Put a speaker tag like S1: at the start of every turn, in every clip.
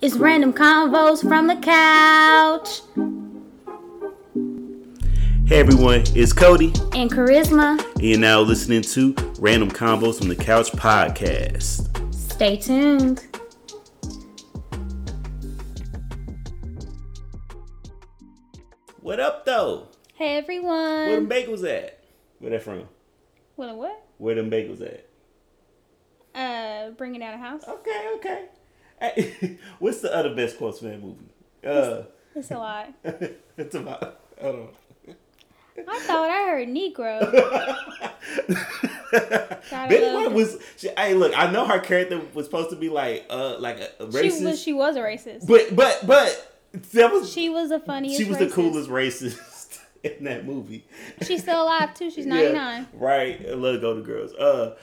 S1: It's random convos from the couch
S2: Hey everyone, it's Cody,
S1: and charisma.
S2: and you're now listening to Random Combos from the Couch podcast.
S1: Stay tuned.
S2: What up though?
S1: Hey
S2: Where them
S1: everyone.
S2: bagels at? Where that from?
S1: What a what?
S2: Where them bagels at?
S1: Uh, bringing out a house.
S2: Okay, okay. Hey, what's the other best quotes from that movie? Uh,
S1: It's a lot.
S2: it's about. Hold on.
S1: I thought I heard Negro. Gotta
S2: Betty
S1: love
S2: White
S1: it.
S2: was. She, hey, look, I know her character was supposed to be like, uh, like a, a
S1: She
S2: racist,
S1: was. She was a racist.
S2: but but but that was she,
S1: She was the funniest.
S2: was
S1: racist.
S2: the coolest racist in that movie.
S1: She's still alive too. She's
S2: Yeah,
S1: ninety nine.
S2: right. I love Golden Girls. Uh,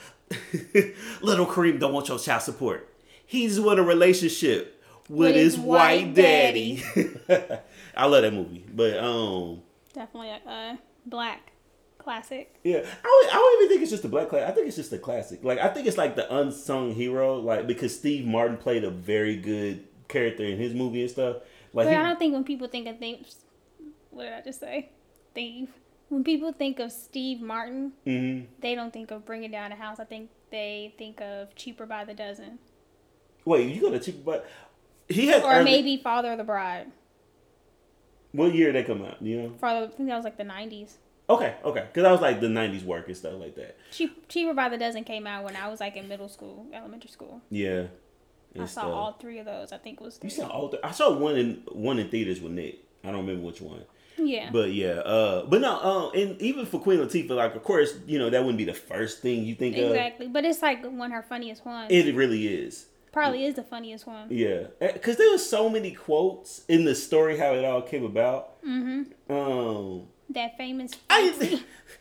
S2: little Kareem don't want your child support. He just want a relationship with,
S1: With
S2: his,
S1: his
S2: white,
S1: white
S2: daddy. I love that movie, but um,
S1: Definitely a uh, black classic.
S2: yeah, I don't, I don't even think it's just a black class. I think it's just a classic. Like I think it's like the unsung hero, like because Steve Martin played a very good character in his movie and stuff. Like
S1: But
S2: he,
S1: I don't think when people think of thieves, what did I just say? Thief. When people think of Steve Martin,
S2: Mhm.
S1: they don't think of bringing down a house. I think they think of cheaper by the dozen,
S2: wait, you got to cheap, but he has.
S1: or
S2: early-
S1: maybe Father of the Bride.
S2: what year did they come out? You know.
S1: Father, I think that was like the nineties.
S2: Okay, okay, because I was like the '90s work and stuff like that.
S1: Cheap, cheaper by the dozen came out when I was like in middle school, elementary school.
S2: Yeah. And
S1: I saw
S2: stuff.
S1: all three of those. I think was
S2: You
S1: three.
S2: saw all. Th- I saw one in one in theaters with Nick. I don't remember which one.
S1: Yeah,
S2: But yeah, uh, but no, uh, and even for Queen Latifah, like of course, you know that wouldn't be the first thing you think of.
S1: exactly. But it's like one of her funniest ones.
S2: uh, It really is,
S1: Probably is the funniest one.
S2: yeah, because there was so many quotes in the story how it all came about. Mm-hmm. Um,
S1: That famous,
S2: I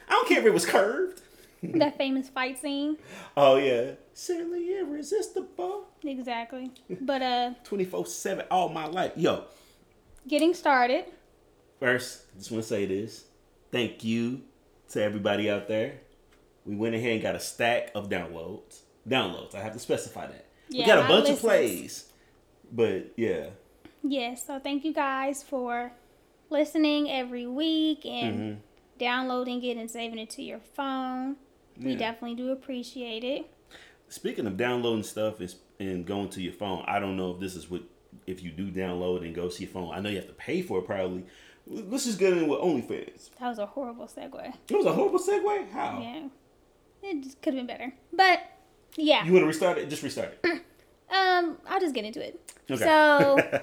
S2: I don't care if it was curved.
S1: that famous fight scene.
S2: Oh yeah, certainly irresistible,
S1: Exactly. But uh,
S2: twenty four seven all my life. Yo,
S1: getting started.
S2: First, I just want to say this. Thank you to everybody out there. We went ahead and got a stack of downloads. Downloads. I have to specify that.
S1: Yeah,
S2: we got a
S1: my
S2: bunch
S1: listens.
S2: of plays. But yeah.
S1: Yes, so thank you guys for listening every week and
S2: Mm-hmm.
S1: downloading it and saving it to your phone. We
S2: Yeah.
S1: definitely do appreciate it.
S2: Speaking of downloading stuff is and going to your phone, I don't know if this is what if you do download and go to your phone. I know you have to pay for it probably. Let's just get in with OnlyFans.
S1: That was a horrible segue.
S2: It was a horrible segue. How?
S1: Yeah. It just could have been better. But yeah.
S2: You want to restart it? Just restart it.
S1: Um, I'll just get into it.
S2: Okay.
S1: So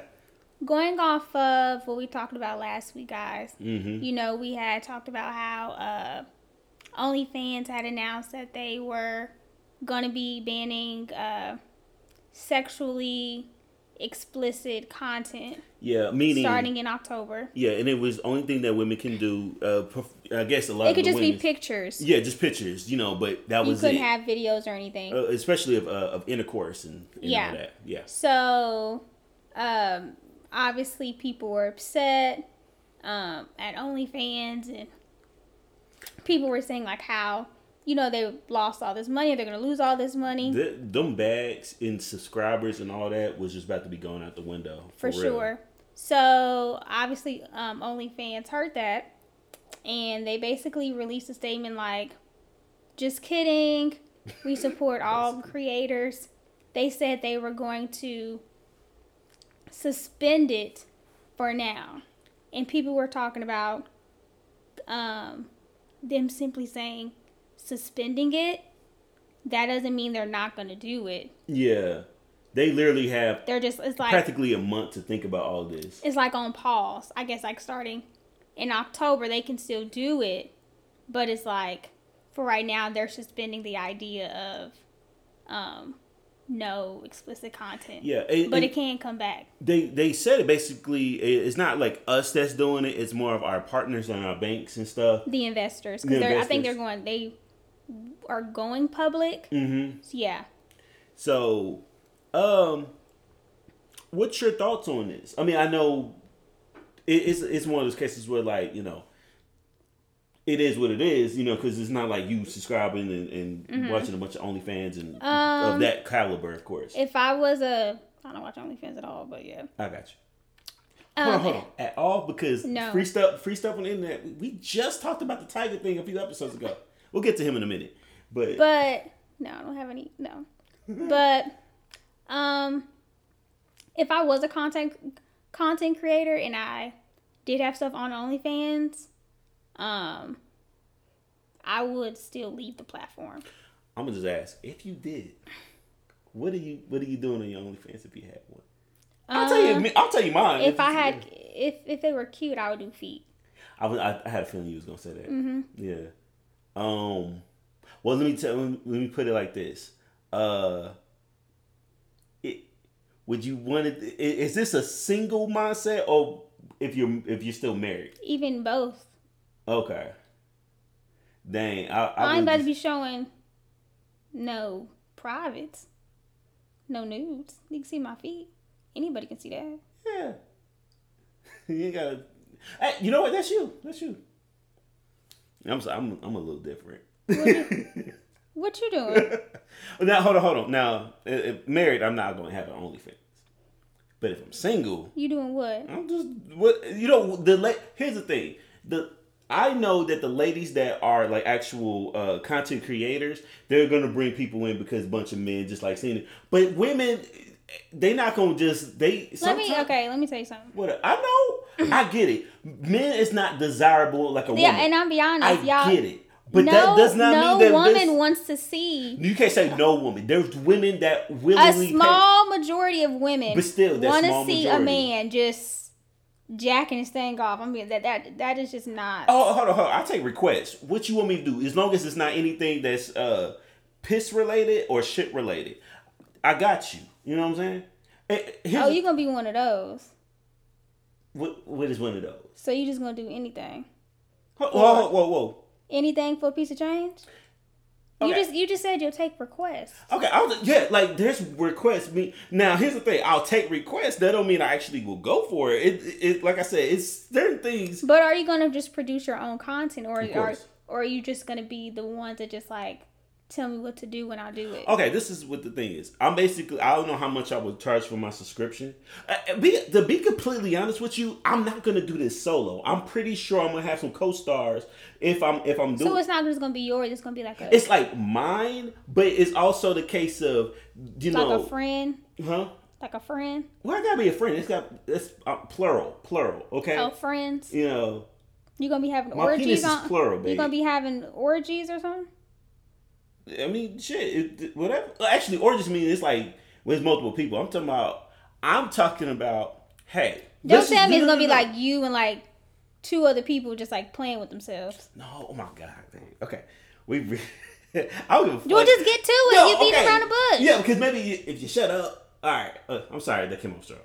S1: going off of what we talked about last week, guys,
S2: Mm-hmm.
S1: you know, we had talked about how uh, OnlyFans had announced that they were going to be banning uh, sexually explicit content
S2: Yeah, meaning
S1: starting in October.
S2: Yeah, and it was the only thing that women can do. Uh, perf- I guess a lot
S1: It
S2: of
S1: could
S2: the
S1: just be
S2: women.
S1: pictures.
S2: yeah, just pictures, you know. But that
S1: you
S2: was
S1: couldn't
S2: it,
S1: have videos or anything.
S2: uh, especially of uh, of intercourse and, and
S1: Yeah.
S2: all that. Yeah,
S1: So, um, obviously, people were upset um, at OnlyFans, and people were saying like how you know they lost all this money, they're gonna lose all this money
S2: Th- them bags and subscribers and all that was just about to be going out the window
S1: for,
S2: real.
S1: sure. So obviously, um, OnlyFans heard that, and they basically released a statement like, "Just kidding, we support all creators." They said they were going to suspend it for now, and people were talking about um, them simply saying suspending it. That doesn't mean they're not going to do it.
S2: Yeah, they literally have
S1: They're just it's like
S2: practically a month to think about all this.
S1: it's like on pause. I guess like starting in October they can still do it, but it's like for right now they're suspending the idea of um no explicit content.
S2: Yeah, and-
S1: But
S2: and
S1: it can come back.
S2: they they said it basically. it- It's not like us that's doing it. It's more of our partners and our banks and stuff.
S1: The investors,
S2: The
S1: because I think they're
S2: investors.
S1: going. They are going public.
S2: Mm-hmm.
S1: So, yeah.
S2: So, um, what's your thoughts on this? I mean, I know it, it's it's one of those cases where like you know, it is what it is, you know, because it's not like you subscribing and, and watching a bunch of OnlyFans and of
S1: Mm-hmm. Um,
S2: that caliber, of course.
S1: If I was a, I I don't watch OnlyFans at all, but yeah. Um,
S2: I got you. Hold on, hold on. At all because
S1: No.
S2: free stuff, free stuff on the internet. We just talked about the tiger thing a few episodes ago. We'll get to him in a minute, but,
S1: But no, I don't have any. No, but um, if I was a content content creator and I did have stuff on OnlyFans, um, I would still leave the platform.
S2: I'm gonna just ask if you did, what are you what are you doing on your OnlyFans if you had one? I'll tell you. mi- I'll tell you mine.
S1: Um, Uh, If I
S2: it's-
S1: had, if if they were cute, I would do feet.
S2: I was. I, I had a feeling you was gonna say that.
S1: Mm-hmm.
S2: Yeah. Um. Well, let me tell. Let me, let me put it like this. Uh. It. Would you want it? i- Is this a single mindset or if you're if you're still married?
S1: Even both.
S2: Okay. Dang.
S1: I
S2: I. I
S1: ain't
S2: would
S1: about to
S2: just,
S1: be showing no privates, no nudes. You can see my feet. Anybody can see that.
S2: yeah. you ain't gotta. Hey, you know what? That's you. That's you. I'm. so- I'm. I'm a little different.
S1: What you doing?
S2: now hold on, hold on. Now, i- if married, I'm not gonna have an OnlyFans. But if I'm single,
S1: You doing what?
S2: I'm just what you know. The la- here's the thing. The I know that the ladies that are like actual uh, content creators, they're gonna bring people in because a bunch of men just like seeing it. But women, they not gonna just they.
S1: Let
S2: Sometimes,
S1: me okay. Let me tell you something.
S2: What I know, I get it. Men is not desirable like a
S1: Yeah,
S2: woman.
S1: and I'm be honest,
S2: I
S1: y'all.
S2: get it. But
S1: no,
S2: that does not
S1: no
S2: mean that
S1: woman
S2: this-
S1: wants to see
S2: you can't say no woman. There's women that
S1: a
S2: willingly pay-
S1: small majority of women.
S2: But still, that
S1: want
S2: small
S1: to see
S2: majority.
S1: a man just jacking his thing off. I mean that that that is just not.
S2: Oh, hold on, hold on. I take requests. What you want me to do? As long as it's not anything that's uh piss related or shit related, I got you. You know what I'm saying? Eh, eh, here's-
S1: Oh, you gonna be one of those.
S2: what, what is one of those?
S1: So you just gonna do anything,
S2: Ho- Whoa, whoa, whoa, whoa.
S1: anything for a piece of change. You
S2: Okay.
S1: just you just said you'll take requests.
S2: Okay, I'll, yeah, like there's requests. Me now, here's the thing. I'll take requests. That don't mean I actually will go for it. It, it like I said, it's certain things.
S1: But are you gonna just produce your own content, or are
S2: course.
S1: or are you just gonna be the ones that just like tell me what to do when I do it?
S2: Okay, this is what the thing is. I'm basically I don't know how much I would charge for my subscription. Uh, uh, be, to be completely honest with you, I'm not gonna do this solo. I'm pretty sure I'm gonna have some co-stars if I'm if I'm doing.
S1: So
S2: it's,
S1: it's not just gonna be yours. It's gonna be like a
S2: like mine, but it's also the case of you
S1: like
S2: know,
S1: a friend,
S2: huh?
S1: like a friend,
S2: Well, I gotta be a friend. It's got it's uh, plural, plural. Okay,
S1: oh friends.
S2: you know,
S1: You're gonna be having
S2: Eh. my
S1: orgies
S2: penis
S1: on.
S2: is plural, baby.
S1: You're gonna be having orgies or something.
S2: I mean, shit, it, whatever. Actually, orgies mean it's like when it's multiple people. I'm talking about. I'm talking about. Hey,
S1: Don't
S2: let's
S1: tell
S2: just-
S1: me it's
S2: no, no,
S1: gonna be
S2: no, no.
S1: like you and like two other people just like playing with themselves.
S2: No, oh my god, babe. Okay, we. Re- I don't give a fuck.
S1: You'll just get to it.
S2: No,
S1: you beat
S2: okay.
S1: around the bush.
S2: Yeah, because maybe you, if you shut up. All right, uh, I'm sorry that came off strong.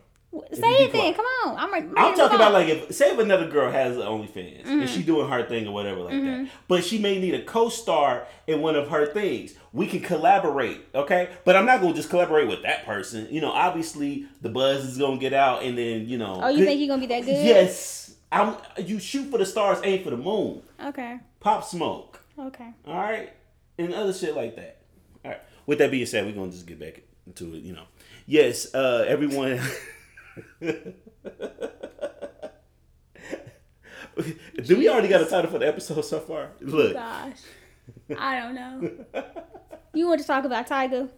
S1: Say
S2: you be
S1: it then.
S2: quiet.
S1: Come on. I'm. ready-
S2: I'm
S1: ready to
S2: talking
S1: move on.
S2: about like if say if another girl has OnlyFans
S1: Mm-hmm.
S2: and she doing her thing or whatever like that, but she may need a co-star in one of her things. We can collaborate, okay? But I'm not gonna just collaborate with that person. You know, obviously the buzz is gonna get out, and then you know.
S1: Oh, you think you're gonna be that good?
S2: Yes, I'm. You shoot for the stars, aim for the moon.
S1: Okay.
S2: Pop smoke.
S1: Okay.
S2: All right, and other shit like that. All right. With that being said, we're gonna just get back into it. You know, yes, uh, everyone. Do we already got a title for the episode so far? Look,
S1: Gosh. I don't know. You want to talk about Tiger?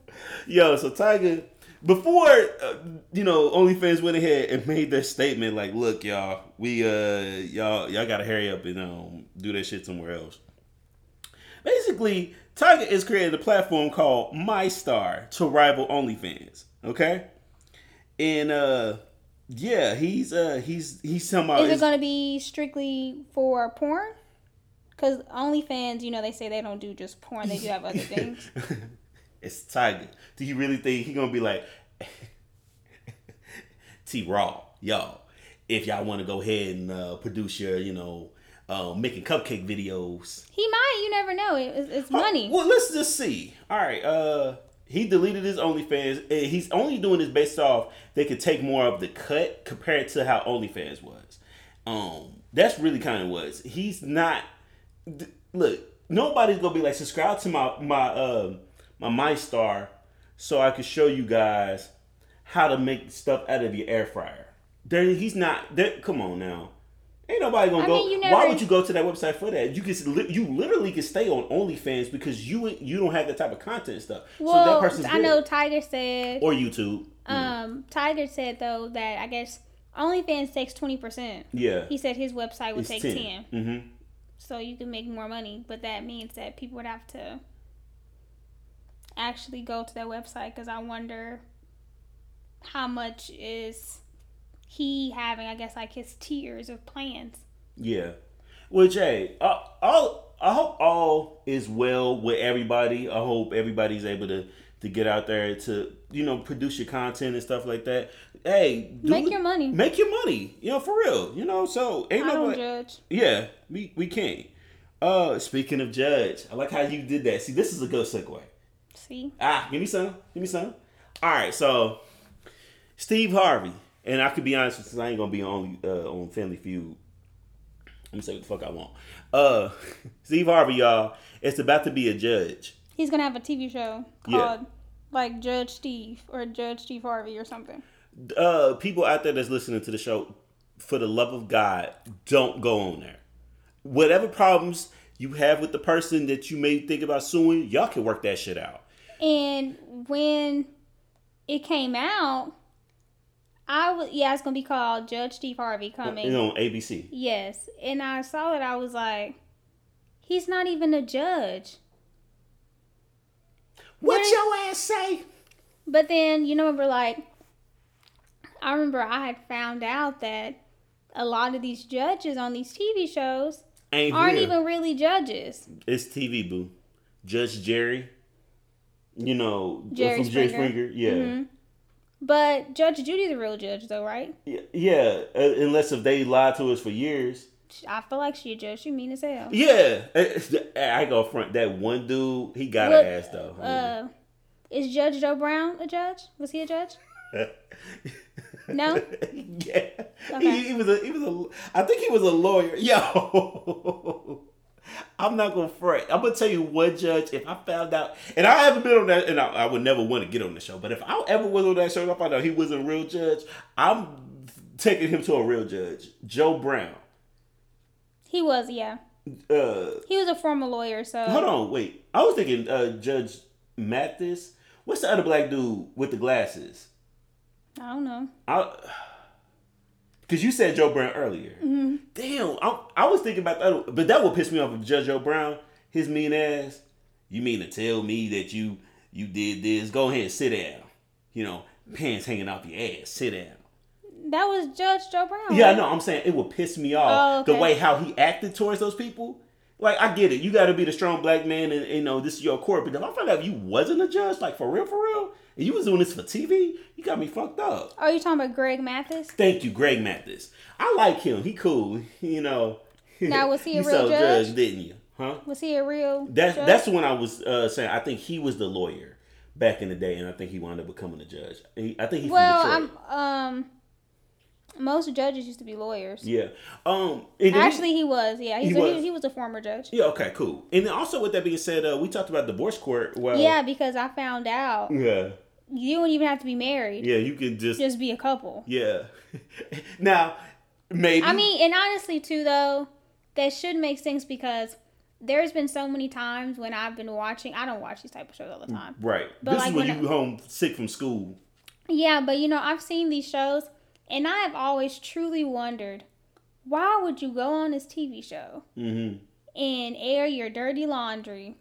S2: yo, so Tiger, before uh, you know, OnlyFans went ahead and made their statement like, "Look, y'all, we uh, y'all, y'all gotta hurry up and um, do that shit somewhere else." Basically, Tiger is created a platform called MyStar to rival OnlyFans. Okay, and uh, yeah, he's uh, he's he's somehow
S1: Is it gonna be strictly for porn? Because OnlyFans, you know, they say they don't do just porn; they do have other things.
S2: it's Tiger. Do you really think he gonna be like T Raw, y'all? If y'all want to go ahead and uh, produce your, you know, uh, making cupcake videos,
S1: He might. You never know. It, it's, it's money.
S2: well, let's just see. All right, uh, he deleted his OnlyFans. and He's only doing this based off they could take more of the cut compared to how OnlyFans was. Um, that's really kind of was. He's not. th- look, nobody's gonna be like uh, subscribe to my my um my MyStar so I could show you guys how to make stuff out of your air fryer. There, he's not. There, come on now. Ain't nobody gonna
S1: I
S2: go.
S1: mean, you
S2: Why
S1: never-
S2: would you go to that website for that? You could, li- you literally could stay on OnlyFans because you ain't- you don't have that type of content stuff.
S1: Well,
S2: so that person's
S1: I
S2: good.
S1: know Tiger said.
S2: or YouTube.
S1: um, Tiger said though that I guess OnlyFans takes twenty percent.
S2: yeah,
S1: He said his website would take
S2: it's 10
S1: 10.
S2: Mm-hmm.
S1: so you can make more money. But that means that people would have to actually go to that website because I wonder how much is he having? I guess like his tiers of plans.
S2: Yeah. Well, Jay, I, all I hope all is well with everybody. I hope everybody's able to to get out there to you know produce your content and stuff like that. Hey, do
S1: Make
S2: what-
S1: your money.
S2: Make your money. You know, for real. You know, so ain't
S1: I don't
S2: nobody.
S1: judge.
S2: Yeah, we we can't. Uh, speaking of judge, I like how you did that. See, this is a good segue.
S1: See,
S2: Ah, give me some. Give me some. All right, so Steve Harvey, and I could be honest with you, I ain't gonna be on uh, on Family Feud. I'm gonna say what the fuck I want. Uh, Steve Harvey, y'all, it's about to be a judge.
S1: he's gonna have a TV show
S2: Yeah.
S1: called like Judge Steve or Judge Steve Harvey or something.
S2: Uh, people out there that's listening to the show, for the love of God, don't go on there. Whatever problems you have with the person that you may think about suing, y'all can work that shit out.
S1: And when it came out, I was yeah, it's gonna be called Judge Steve Harvey coming.
S2: You know, on ABC.
S1: Yes, and I saw it. I was like, he's not even a judge.
S2: What your ass say?
S1: But then you know, remember like, I remember I had found out that a lot of these judges on these TV shows
S2: Ain't
S1: aren't
S2: real.
S1: even really judges.
S2: It's TV, boo. Judge Jerry. You know,
S1: Jerry
S2: from Jerry
S1: Springer. Mm-hmm.
S2: Springer. Yeah.
S1: But Judge Judy's a real judge, though, right?
S2: Yeah. yeah. Uh, unless if they lied to us for years.
S1: Sh- I feel like she a judge. She mean as hell.
S2: Yeah. Uh, I go front. That one dude, he got
S1: Look,
S2: an ass, though.
S1: Uh, is Judge Joe Brown a judge? Was he a judge? No.
S2: yeah.
S1: Okay.
S2: He, he was a, he was a, I think he was a lawyer. Yo. I'm not gonna fret. I'm gonna tell you one judge. If I found out, and I haven't been on that, and I, I would never want to get on the show. But if I ever was on that show, and I found out he was a real judge, I'm taking him to a real judge, Joe Brown.
S1: He was, yeah.
S2: Uh,
S1: He was a former lawyer, so
S2: hold on, wait. I was thinking uh, Judge Mathis. What's the other black dude with the glasses?
S1: I don't know.
S2: I, because you said Joe Brown earlier.
S1: Mm-hmm.
S2: Damn, I, I was thinking about that, but that would piss me off if Judge Joe Brown, his mean ass. You mean to tell me that you you did this? Go ahead, and sit down. You know, pants hanging off your ass. Sit down.
S1: That was Judge Joe Brown.
S2: Yeah,
S1: right?
S2: no, I'm saying it would piss me off
S1: Oh,
S2: the
S1: okay.
S2: way how he acted towards those people. Like I get it, you got to be the strong black man, and you know this is your court. But if I found out you wasn't a judge, like for real, for real, and you was doing this for TV, you got me fucked up.
S1: Are you talking about Greg Mathis?
S2: Thank you, Greg Mathis. I like him. He cool. You know.
S1: Now, was he a
S2: You
S1: real
S2: saw
S1: judge?
S2: Didn't you? Huh?
S1: Was he a real?
S2: That's
S1: judge?
S2: that's when I was uh, saying. I think he was the lawyer back in the day, and I think he wound up becoming a judge. He, I think he's
S1: well,
S2: from Detroit.
S1: I'm um. Most judges used to be lawyers.
S2: yeah. Um. and then-
S1: Actually, he was. Yeah, he's
S2: He
S1: a- he,
S2: was.
S1: he was a former judge.
S2: yeah. Okay. Cool. And then also, with that being said, uh, we talked about divorce court. Well,
S1: yeah, because I found out
S2: Yeah.
S1: you don't even have to be married;
S2: Yeah. You can just.
S1: just be a couple.
S2: yeah. now, maybe.
S1: I mean, and honestly, too, though, that should make sense because there's been so many times when I've been watching. I don't watch these type of shows all the
S2: Mm.
S1: time.
S2: Right.
S1: but
S2: This
S1: like
S2: is when
S1: when I-
S2: you home sick from school.
S1: Yeah, but you know, I've seen these shows and I have always truly wondered why would you go on this TV show
S2: hmm
S1: and air your dirty laundry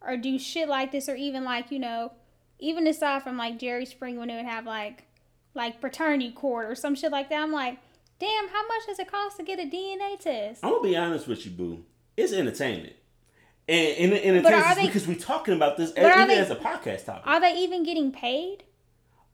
S1: or do shit like this or even like, you know, even aside from like Jerry Springer when they would have like like paternity court or some shit like that. I'm like, damn, how much does it cost to get a DNA test?
S2: I'm gonna be honest with you, boo. It's entertainment, and and, and
S1: But are
S2: entertainment
S1: they-
S2: because we're talking about this
S1: are
S2: even
S1: they-
S2: as a podcast topic.
S1: Are they even getting paid?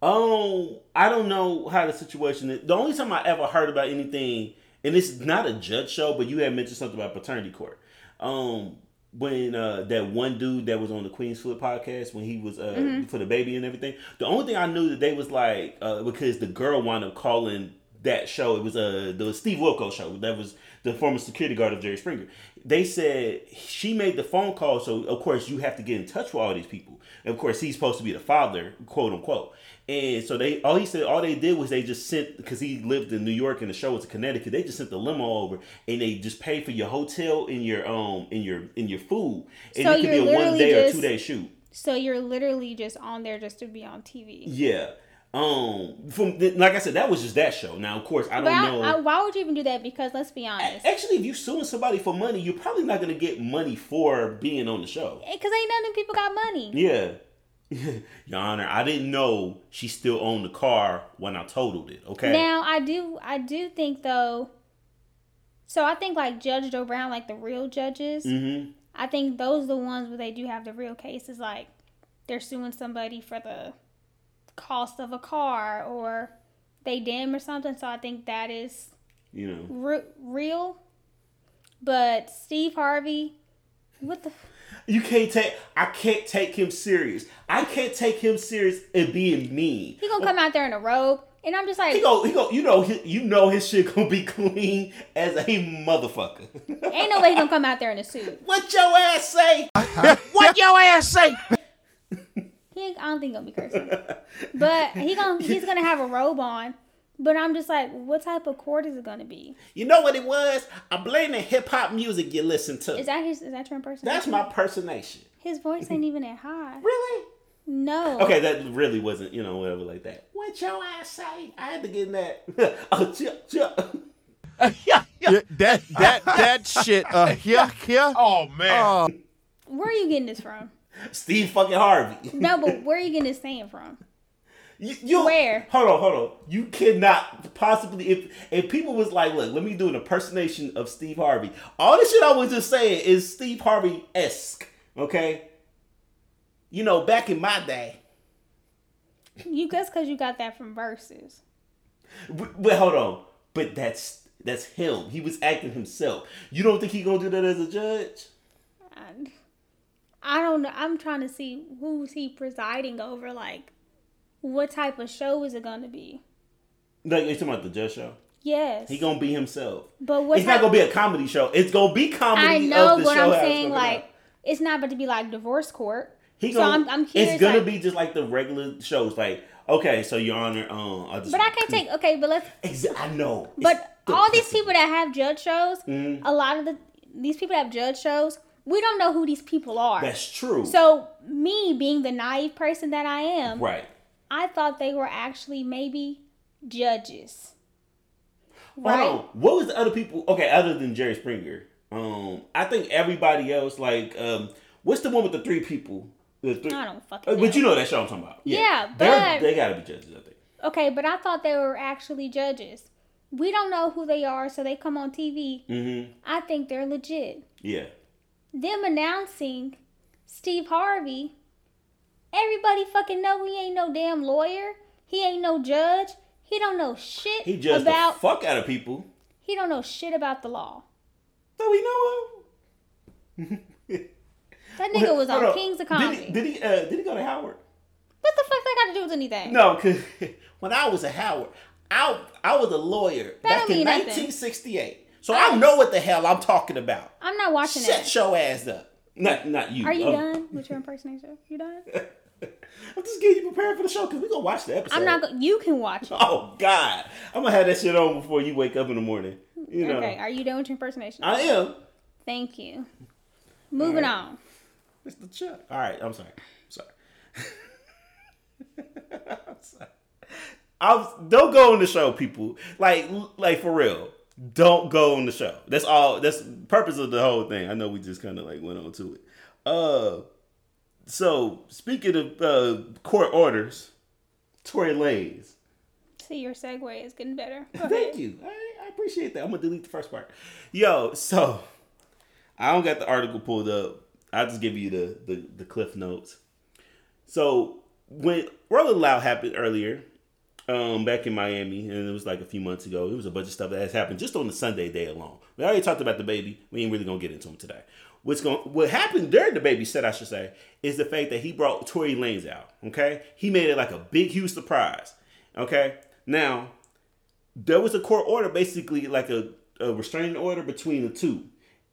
S2: Um, I don't know how the situation is. The only time I ever heard about anything, and this is not a judge show, but you had mentioned something about paternity court. Um, when uh, that one dude that was on the Queen's Flip podcast, when he was uh,
S1: Mm-hmm.
S2: for the baby and everything, the only thing I knew that they was like uh, because the girl wound up calling that show. It was uh, the Steve Wilco show. That was the former security guard of Jerry Springer. They said she made the phone call, so of course you have to get in touch with all these people. And of course, he's supposed to be the father, quote unquote. And so they all he said all they did was they just sent because he lived in New York and the show was in Connecticut. They just sent the limo over and they just paid for your hotel and your um in your in your food. And
S1: So
S2: it could
S1: you're
S2: be a one
S1: literally
S2: day or
S1: just-
S2: two day shoot.
S1: So you're literally just on there just to be on TV.
S2: Yeah. Um. From like I said, that was just that show. Now, of course, I don't
S1: But I,
S2: know.
S1: I, why would you even do that? Because let's be honest,
S2: Actually, if you suing somebody for money, you're probably not gonna get money for being on the show.
S1: because ain't none of them people got money.
S2: Yeah. Your Honor, I didn't know she still owned the car when I totaled it. Okay.
S1: Now I do I do think though. So I think like Judge Joe Brown, like the real judges,
S2: mm-hmm.
S1: I think those are the ones where they do have the real cases. Like they're suing somebody for the cost of a car or they dim or something. So I think that is
S2: You know.
S1: re- real. But Steve Harvey, what the
S2: You can't take. I can't take him serious. I can't take him serious and being mean.
S1: he gonna come out there in a robe, and I'm just like,
S2: He go. He go. You know. He, you know his shit gonna be clean as a motherfucker.
S1: ain't no way he gonna come out there in a suit.
S2: what your ass say?
S3: What your ass say?
S1: He, ain't- I don't think he gonna be cursing, but he gonna he's gonna have a robe on. But I'm just like, what type of court is it gonna be?
S2: You know what it was? I blame the hip hop music you listen to.
S1: Is that his? Is that your impersonation?
S2: That's my personation.
S1: His voice ain't even that high.
S2: Really?
S1: No.
S2: Okay, that really wasn't, you know, whatever like that. What your ass say? I had to get in that. oh, chip, chip.
S3: Yeah, yeah.
S4: Yeah, that that that shit. Uh, yeah, yeah.
S3: Oh man.
S4: Uh,
S1: Where are you getting this from?
S2: Steve fucking Harvey.
S1: No, but where are you getting this saying from?
S2: You, you-
S1: Where?
S2: Hold on, hold on. You cannot possibly if if people was like, look, let me do an impersonation of Steve Harvey. All the shit I was just saying is Steve Harvey esque. Okay. You know, back in my day.
S1: You guess because you got that from Versus.
S2: But, but hold on. But that's that's him. He was acting himself. You don't think he gonna do that as a judge?
S1: And I don't know. I'm trying to see who's he presiding over. Like, what type of show is it going to be?
S2: Like you talking about the judge show?
S1: Yes.
S2: He gonna be himself.
S1: but what
S2: it's not
S1: type-
S2: gonna be a comedy show. It's gonna be comedy.
S1: I know
S2: of the
S1: what
S2: show
S1: I'm
S2: how it's
S1: saying.
S2: gonna be.
S1: Like, it's not about to be like divorce court.
S2: he
S1: so
S2: gonna,
S1: I'm- I'm curious,
S2: It's gonna
S1: like-
S2: be just like the regular shows. Like okay, so Your Honor, um, I just
S1: But I can't take. Okay, but let's.
S2: Exa- I know. It's
S1: But
S2: the Mm.
S1: all these
S2: principle.
S1: people that have judge shows, a lot of the these people that have judge shows, we don't know who these people are.
S2: That's true.
S1: So me being the naive person that I am,
S2: right.
S1: I thought they were actually maybe judges.
S2: Hold
S1: Right?
S2: on. What was the other people? Okay, other than Jerry Springer, um, I think everybody else. Like, um, what's the one with the three people? The three,
S1: I don't fucking
S2: Uh,
S1: know.
S2: But you know that show I'm talking about.
S1: Yeah,
S2: They're-
S1: but-
S2: they gotta be judges. I think.
S1: Okay, but I thought they were actually judges. We don't know who they are, so they come on TV.
S2: Mm-hmm.
S1: I think they're legit.
S2: Yeah.
S1: Them announcing Steve Harvey, everybody fucking know he ain't no damn lawyer. He ain't no judge. He don't know shit
S2: He judged
S1: about
S2: the fuck out of people.
S1: he don't know shit about the law.
S2: So we know him.
S1: That nigga was
S2: Hold
S1: on Kings of Comedy.
S2: Did he? Did he, uh, did he go to Howard?
S1: what the fuck that got to do with anything?
S2: No, because when I was at Howard, I I was a lawyer back
S1: don't
S2: in
S1: mean nothing.
S2: 1968. So I know what the hell I'm talking about.
S1: I'm not watching that.
S2: Shut your ass up. Not not you. Oh,
S1: Are you
S2: I'm-
S1: done with your impersonation? You done?
S2: I'm just getting you prepared for the show because we're gonna watch the episode.
S1: I'm not. Go- you can watch it.
S2: Oh God, I'm gonna have that shit on before you wake up in the morning. You know,
S1: Okay. Are you done with your impersonation?
S2: I am.
S1: Thank you. Moving on.
S2: Mr. Chuck. All right, I'm sorry. I'm sorry. I'm sorry. I'm, don't go on the show, people. Like, like for real. Don't go on the show. That's all. That's the purpose of the whole thing. I know we just kind of like went on to it. Uh, so speaking of uh, court orders, Tory Lanez.
S1: See, your segue is getting better. Go
S2: Thank
S1: ahead.
S2: you. I, I appreciate that. I'm gonna delete the first part. Yo, so I don't got the article pulled up. I'll just give you the the, the cliff notes. So when Rolling Loud happened earlier, um, back in Miami, and it was like a few months ago. It was a bunch of stuff that has happened just on the Sunday day alone. We already talked about the baby. We ain't really gonna get into him today. What's going what happened during the baby set, I should say, is the fact that he brought Tory Lanez out. Okay, he made it like a big, huge surprise. Okay, now there was a court order, basically like a, a restraining order between the two,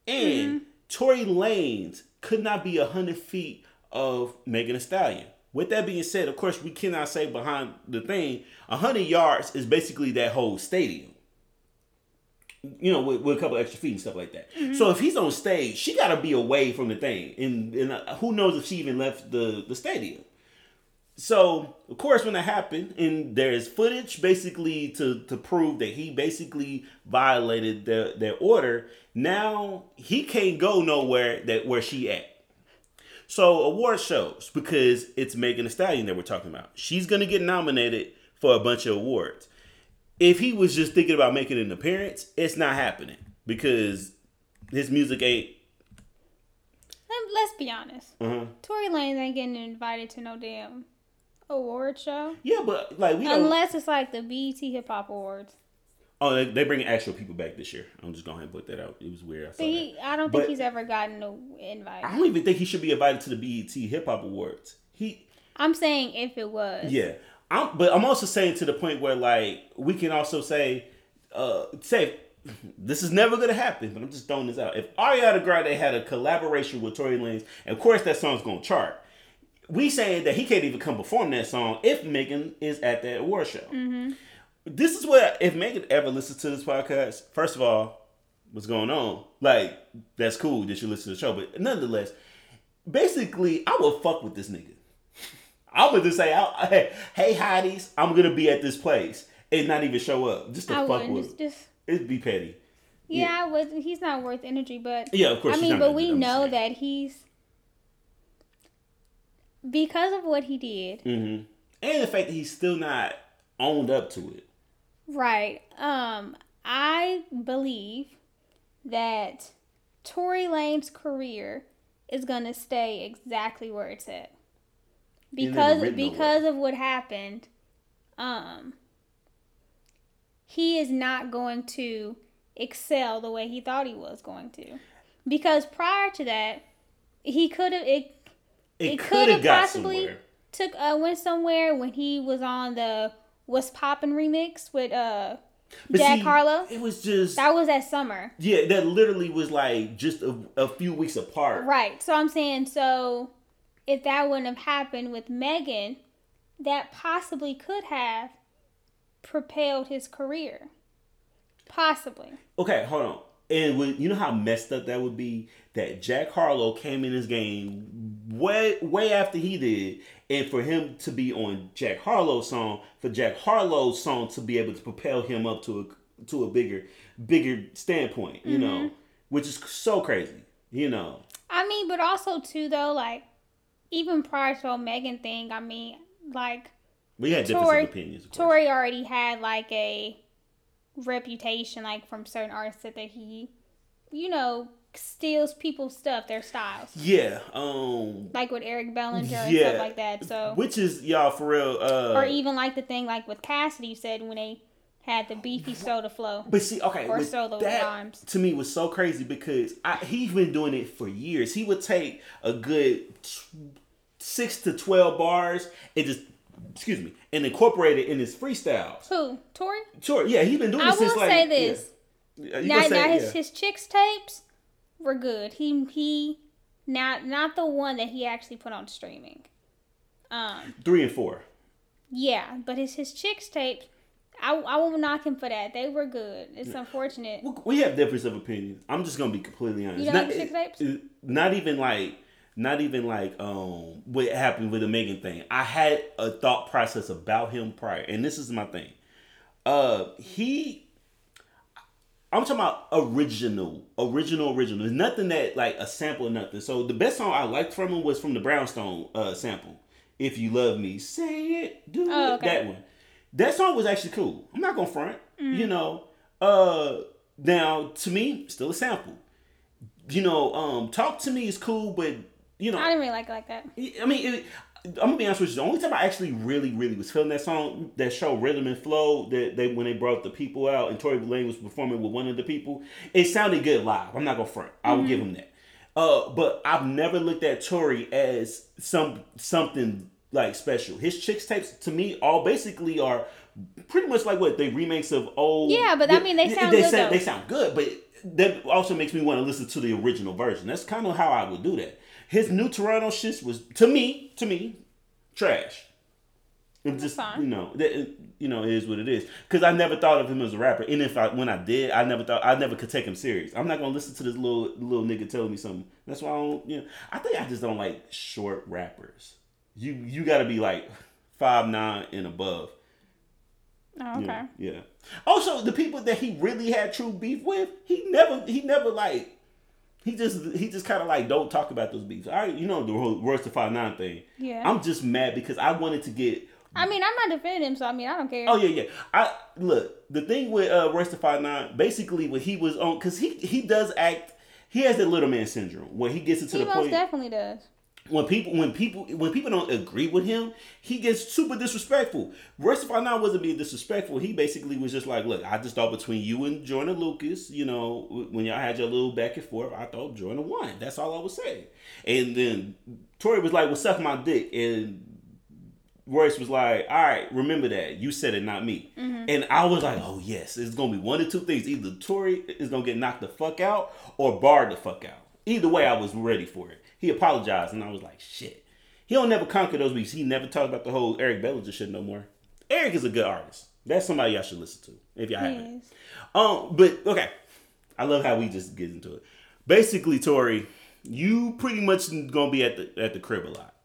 S2: and Tory Lanez could not be hundred feet of Megan Thee Stallion. With that being said, of course, we cannot say behind the thing, hundred yards is basically that whole stadium. You know, with, with a couple extra feet and stuff like that. So if he's on stage, she got to be away from the thing, and and uh, who knows if she even left the the stadium. So of course, when that happened, and there is footage basically to to prove that he basically violated the, their order. Now he can't go nowhere that where she at. So award shows because it's Megan Thee Stallion that we're talking about. She's gonna get nominated for a bunch of awards. If he was just thinking about making an appearance, it's not happening because his music ain't.
S1: Let- Let's be honest.
S2: uh
S1: Tory Lanez ain't getting invited to no damn award show.
S2: Yeah, but like we don't.
S1: Unless it's like the BET Hip Hop Awards.
S2: oh, they, they bring actual people back this year. I'm just gonna put that out. It was weird. I
S1: But
S2: saw that.
S1: he, I don't think
S2: But-
S1: he's ever gotten an
S2: I
S1: invite.
S2: don't even think he should be invited to the BET Hip Hop Awards. He,
S1: I'm saying if it was.
S2: yeah, I'm, but I'm also saying to the point where like we can also say, uh, say this is never gonna happen. But I'm just throwing this out. If Ariana Grande had a collaboration with Tory Lanez, of course that song's gonna chart. We saying that he can't even come perform that song if Megan is at that award show. This is what if Megan ever listens to this podcast. First of all, what's going on? Like that's cool that you listen to the show, but nonetheless, basically, I would fuck with this nigga. I would just say, I, hey, hey, hotties, I'm gonna be at this place and not even show up just to
S1: I
S2: fuck
S1: wouldn't. Just,
S2: with.
S1: just
S2: it. It'd be petty.
S1: yeah, I would. He's not worth energy, but
S2: Yeah, of course.
S1: I
S2: she's
S1: mean,
S2: not
S1: but
S2: gonna
S1: we
S2: do that,
S1: know
S2: I'm just saying.
S1: that he's because of what he did,
S2: Mm-hmm. and the fact that he's still not owned up to it.
S1: right? Um, I believe that Tory Lane's career is gonna stay exactly where it's at
S2: ain't
S1: because
S2: written nowhere.
S1: because of what happened. Um, he is not going to excel the way he thought he was going to because prior to that, he could have it
S2: It,
S1: It
S2: could have
S1: could've
S2: got
S1: possibly-
S2: somewhere.
S1: took uh went somewhere when he was on the What's Poppin' remix with uh
S2: But
S1: Jack
S2: see,
S1: Harlow.
S2: It was just
S1: That was that summer.
S2: yeah. That literally was like just a, a few weeks apart.
S1: Right. So I'm saying so if that wouldn't have happened with Megan, that possibly could have propelled his career. Possibly.
S2: Okay, hold on. And when, you know how messed up that would be that Jack Harlow came in this game way way after he did, and for him to be on Jack Harlow's song, for Jack Harlow's song to be able to propel him up to a to a bigger bigger standpoint, you
S1: Mm-hmm.
S2: know, which is so crazy, you know.
S1: I mean, but also too though, like even prior to the Megan thing, I mean, like
S2: We had different
S1: Tory-
S2: opinions. Of course.
S1: Tori already had like a reputation, like from certain artists that, that he, you know, steals people's stuff, their styles,
S2: yeah, um,
S1: like with Eric Bellinger and
S2: Yeah.
S1: stuff like that. So,
S2: which is y'all for real? Uh,
S1: or even like the thing like with Cassidy said when they had the beefy soda flow.
S2: But see, okay,
S1: Or
S2: with
S1: solo
S2: that
S1: rhymes.
S2: to me was so crazy because I, he's been doing it for years. He would take a good t- six to twelve bars and just excuse me and incorporate it in his freestyles.
S1: Who Tori?
S2: Sure, yeah, he's been doing
S1: I
S2: it since
S1: will
S2: like.
S1: say this.
S2: Yeah. You
S1: Now,
S2: gonna say-
S1: now his,
S2: yeah.
S1: his chicks tapes were good. He he, not not the one that he actually put on streaming. Um.
S2: three and four.
S1: Yeah, but his his chicks tapes. I I won't knock him for that. They were good. It's unfortunate.
S2: We- We have difference of opinion. I'm just gonna be completely honest.
S1: don't like the Six Tapes?
S2: it- not even like, not even like um what happened with the Megan thing. I had a thought process about him prior, and this is my thing. Uh, he, I'm talking about original, original, original. There's nothing that like a sample or nothing. So the best song I liked from him was from the Brownstone uh sample. If you love me, say it, do
S1: Oh,
S2: it.
S1: okay.
S2: That one. That song was actually cool. I'm not gonna front. You know, uh, now to me, still a sample. You know, um, talk to me is cool, but you know,
S1: I didn't really like it like that.
S2: I mean, it, I'm gonna be honest with you. The only time I actually really, really was feeling that song, that show Rhythm and Flow, that they when they brought the people out and Tory Lane was performing with one of the people, it sounded good live. I'm not gonna front. I will
S1: Mm-hmm.
S2: give him that. Uh, but I've never looked at Tory as some something like special. His chicks tapes to me all basically are pretty much like what they remakes of old.
S1: Yeah, but I mean, they sound
S2: they
S1: good,
S2: Sound,
S1: though.
S2: they sound good, but that also makes me want to listen to the original version. That's kind of how I would do that. His new Toronto shit was to me, to me, trash. It just
S1: fine.
S2: you know that it- you know it is what it is because I never thought of him as a rapper, and if I when I did, I never thought I never could take him serious. I'm not gonna listen to this little little nigga telling me something. That's why I don't. You know, I think I just don't like short rappers. You you got to be like five nine and above.
S1: Oh, okay.
S2: Yeah, yeah. Also, the people that he really had true beef with, he never, he never like, he just, he just kind of like don't talk about those beefs. I, you know, the whole worst to five nine thing.
S1: Yeah.
S2: I'm just mad because I wanted to get.
S1: I mean, I'm not defending him, so I mean, I don't care.
S2: Oh yeah, yeah. I look the thing with uh, worst to five nine. Basically, when he was on, because he he does act. He has that little man syndrome when he gets it to
S1: he
S2: the
S1: most
S2: point
S1: definitely does.
S2: when people when people when people don't agree with him, he gets super disrespectful. Rest of now wasn't being disrespectful. He basically was just like, look, I just thought between you and Jordan Lucas, you know, wh- when y'all had your little back and forth, I thought Jordan won. That's all I was saying. And then Tori was like, well, suck my dick. And Royce was like, all right, remember that. You said it, not me.
S1: Mm-hmm.
S2: And I was like, oh, yes, it's going to be one of two things. Either Tory is going to get knocked the fuck out or barred the fuck out. Either way, I was ready for it. He apologized, and I was like, shit. He don't never conquer those beats. He never talked about the whole Eric Bellinger shit no more. Eric is a good artist. That's somebody y'all should listen to if y'all
S1: He
S2: haven't.
S1: is.
S2: Um, but okay, I love how we just get into it. Basically, Tori, you pretty much gonna be at the at the crib a lot,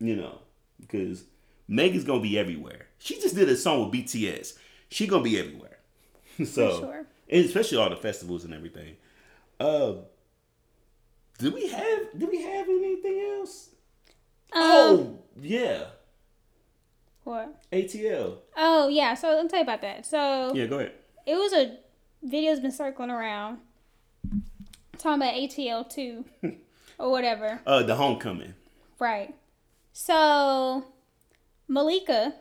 S2: you know, because Megan's gonna be everywhere. She just did a song with BTS. She gonna be everywhere. so,
S1: sure.
S2: and especially all the festivals and everything. Uh, do we have do we have anything else?
S1: Um,
S2: oh yeah,
S1: What?
S2: ATL.
S1: Oh yeah. So let me tell you about that. So
S2: Yeah, go ahead.
S1: it was a video's been circling around talking about ATL two or whatever.
S2: Uh, the homecoming.
S1: Right. So Malika,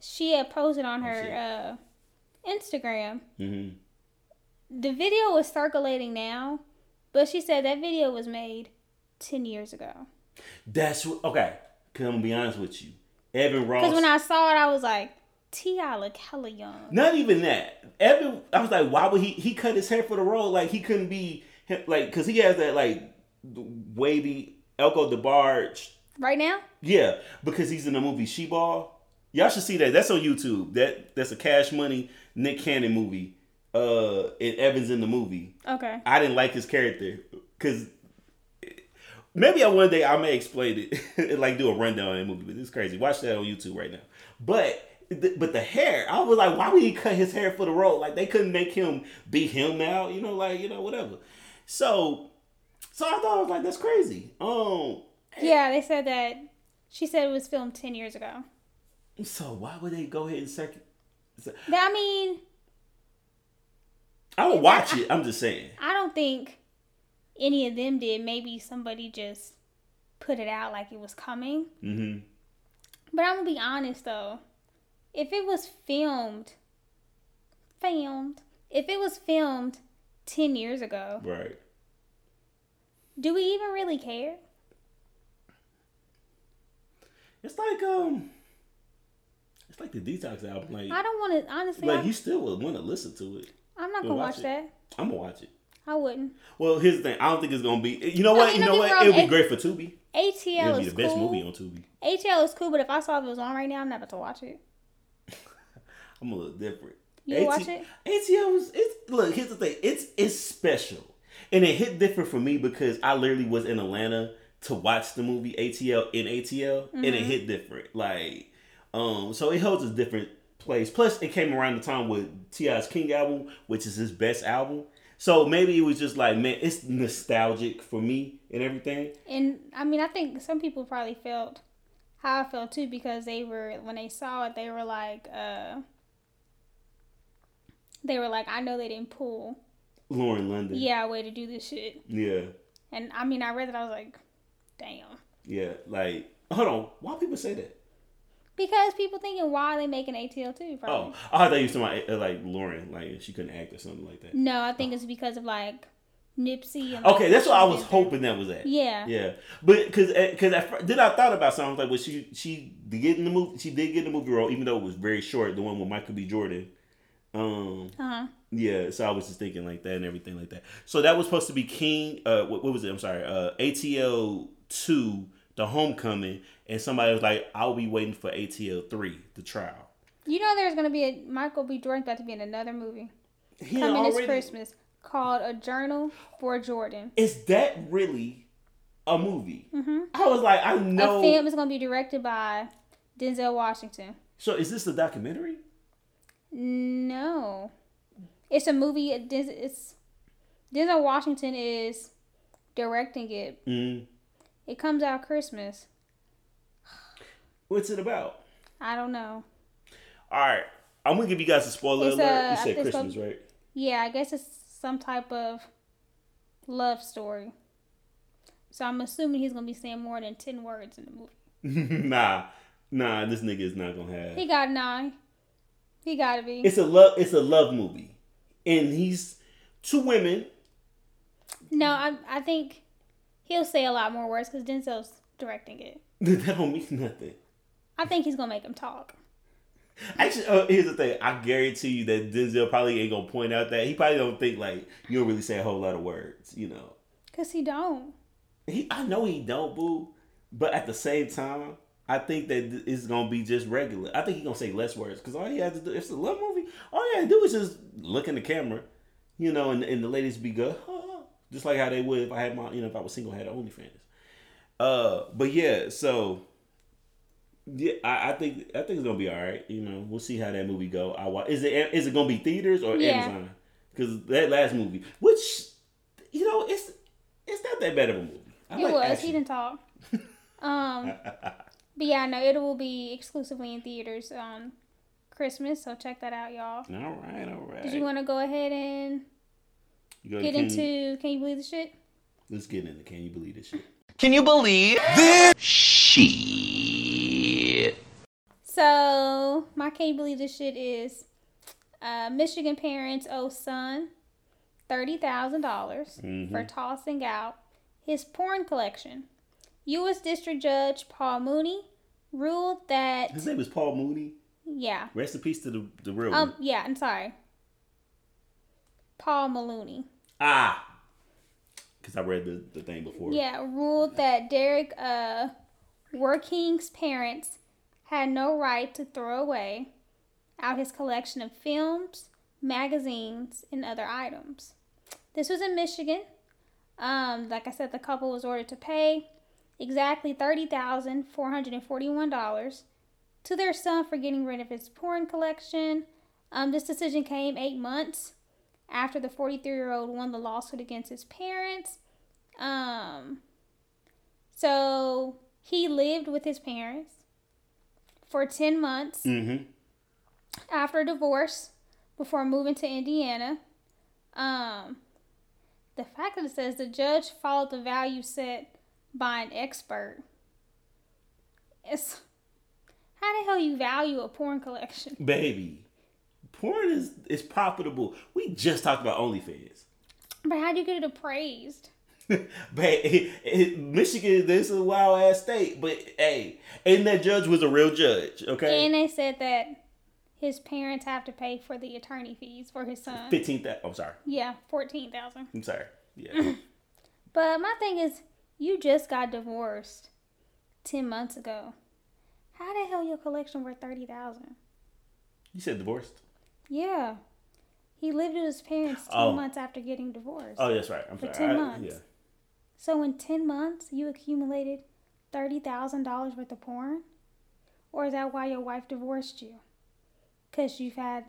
S1: she had posted
S2: Oh,
S1: on her uh, Instagram.
S2: Mhm.
S1: The video was circulating now, but she said that video was made ten years ago.
S2: That's what, okay. Cause I'm gonna be honest with you, Evan Ross.
S1: Because when I saw it, I was like, T.I. look hella young.
S2: Not even that. Evan, I was like, why would he? He cut his hair for the role. Like he couldn't be him- like because he has that like wavy Elko DeBarge.
S1: Right now?
S2: Yeah, because he's in the movie She Ball. Y'all should see that. That's on YouTube. That that's a Cash Money Nick Cannon movie. Uh, and Evan's in the movie.
S1: Okay.
S2: I didn't like his character because maybe I, one day I may explain it, and, like do a rundown on that movie. But it's crazy. Watch that on YouTube right now. But th- but the hair, I was like, why would he cut his hair for the role? Like they couldn't make him be him now. You know, like you know whatever. So so I thought I was like, that's crazy. Um.
S1: Yeah, they said that. She said it was filmed 10 years ago.
S2: So why would they go ahead and second?
S1: That- I mean,
S2: I would watch it. I'm just saying.
S1: I don't think any of them did. Maybe somebody just put it out like it was coming.
S2: Mm-hmm.
S1: But I'm going to be honest, though. If it was filmed, filmed, if it was filmed 10 years ago,
S2: Right.
S1: do we even really care?
S2: It's like um. It's like the detox album. Like
S1: I don't want to, honestly,
S2: like
S1: I-
S2: you still would want to listen to it.
S1: I'm not
S2: We'll
S1: going to
S2: watch
S1: watch,
S2: it.
S1: that.
S2: I'm gonna watch it.
S1: I wouldn't.
S2: Well, here's the thing. I don't think it's gonna be. You know what?
S1: mean,
S2: you know
S1: don't
S2: what?
S1: get me wrong,
S2: It'll be
S1: it-
S2: great for Tubi.
S1: ATL
S2: It'll be
S1: is
S2: the best
S1: cool.
S2: movie on Tubi.
S1: ATL is cool, but if I saw it was on right now, I'm not about to watch it.
S2: I'm a little different.
S1: You watch it?
S2: ATL was. It's look. Here's the thing. It's it's special, and it hit different for me because I literally was in Atlanta to watch the movie ATL in ATL, and
S1: Mm-hmm.
S2: it hit different. Like, um, so it holds a different place. Plus, it came around the time with Ti's King album, which is his best album. So maybe it was just like, man, it's nostalgic for me and everything.
S1: And I mean, I think some people probably felt how I felt too because they were when they saw it, they were like, uh, they were like, I know they didn't pull
S2: Lauren London.
S1: yeah way to do this shit.
S2: Yeah,
S1: And I mean, I read that I was like, damn,
S2: yeah. Like, hold on. Why people say that?
S1: because people thinking why are they making ATL too?
S2: Oh,
S1: Probably.
S2: I thought you were talking about uh, like Lauren, like she couldn't act or something like that.
S1: No, I think it's because of like Nipsey. And
S2: Okay, that's what I was
S1: Yeah.
S2: hoping that was at.
S1: Yeah.
S2: Yeah, but uh, because because then I thought about something I was like, well, she she did get in the movie. She did get in the movie role, even though it was very short. The one with Michael B. Jordan. Um.
S1: Uh-huh.
S2: Yeah. So I was just thinking like that and everything like that. So that was supposed to be King. Uh, what, what was it? I'm sorry. Uh, ATL two, the Homecoming, and somebody was like, I'll be waiting for ATL three, the trial.
S1: You know, there's gonna be a Michael B. Jordan's about to be in another movie
S2: He
S1: coming this
S2: already-
S1: Christmas called A Journal for Jordan.
S2: Is that really a movie? I was like, I know.
S1: Mm-hmm. A film is gonna be directed by Denzel Washington.
S2: so is this a documentary?
S1: No, it's a movie. It- Denz- It's Denzel Washington is directing it.
S2: Mm.
S1: It comes out Christmas.
S2: What's it about?
S1: I don't know.
S2: All right, I'm gonna give you guys a spoiler
S1: It's,
S2: alert.
S1: uh,
S2: you
S1: I
S2: said
S1: think it's
S2: Christmas,
S1: called-
S2: right?
S1: Yeah, I guess it's some type of love story. So I'm assuming he's gonna be saying more than ten words in the movie.
S2: nah, nah, this nigga is not gonna have.
S1: He got nine. He gotta be.
S2: It's a love. It's a love movie, and he's two women.
S1: no, I I think he'll say a lot more words because Denzel's directing it.
S2: that don't mean nothing.
S1: I think he's gonna make him talk.
S2: Actually, uh, here's the thing. I guarantee you that Denzel probably ain't gonna point out that he probably don't think like you don't really say a whole lot of words. You know,
S1: Cause he don't.
S2: he. I know he don't boo, but at the same time. I think that th- it's gonna be just regular. I think he's gonna say less words because all he has to do, if it's a love movie, all he has to do is just look in the camera, you know, and, and the ladies be good, just like how they would if I had my, you know, if I was single, had an OnlyFans. Uh, but yeah, so yeah, I, I think I think it's gonna be all right. You know, we'll see how that movie go. I wa Is it is it gonna be theaters or
S1: Yeah.
S2: Amazon? Because that last movie, which you know, it's it's not that bad of a movie. I
S1: It
S2: like
S1: was.
S2: action.
S1: He didn't talk. um, but yeah, no, it will be exclusively in theaters on Christmas. So check that out, y'all.
S2: All right, all right.
S1: Did you want to go ahead and
S2: You go to
S1: get
S2: King-
S1: into? Can you believe the shit?
S2: Let's get into Can you believe this shit?
S3: Can you believe?
S1: So my can't believe this shit is uh, Michigan parents owe son thirty dollars
S2: Mm-hmm.
S1: for tossing out his porn collection. U.S. District Judge Paul Mooney ruled that
S2: His name is Paul Mooney.
S1: yeah,
S2: Rest in peace to the the real
S1: um,
S2: one.
S1: yeah, I'm sorry, Paul Maloney.
S2: Ah, because I read the, the thing before.
S1: Yeah, ruled that Derek uh, Working's parents had no right to throw away out his collection of films, magazines, and other items. This was in Michigan. Um, like I said, the couple was ordered to pay exactly $30,441 to their son for getting rid of his porn collection. Um, this decision came eight months after the 43 year old won the lawsuit against his parents. Um, so he lived with his parents for 10 months
S2: Mm-hmm.
S1: after a divorce before moving to Indiana. Um, the fact that it says the judge followed the value set by an expert. It's how the hell you value a porn collection?
S2: Baby, porn is is profitable. We just talked about OnlyFans.
S1: But how do you get it appraised?
S2: But it, it, Michigan, this is a wild ass state. But hey, and that judge was a real judge. Okay,
S1: And they said that his parents have to pay for the attorney fees for his son.
S2: fifteen thousand. I'm sorry.
S1: Yeah, fourteen thousand.
S2: I'm sorry. Yeah,
S1: But my thing is, you just got divorced ten months ago. How the hell your collection worth thirty thousand?
S2: you said divorced.
S1: Yeah, he lived with his parents ten
S2: Oh.
S1: months after getting divorced.
S2: Oh, that's right. I'm sorry.
S1: For 10
S2: I-
S1: months.
S2: yeah.
S1: So in ten months, you accumulated thirty thousand dollars worth of porn, or is that why your wife divorced you? Cause you've had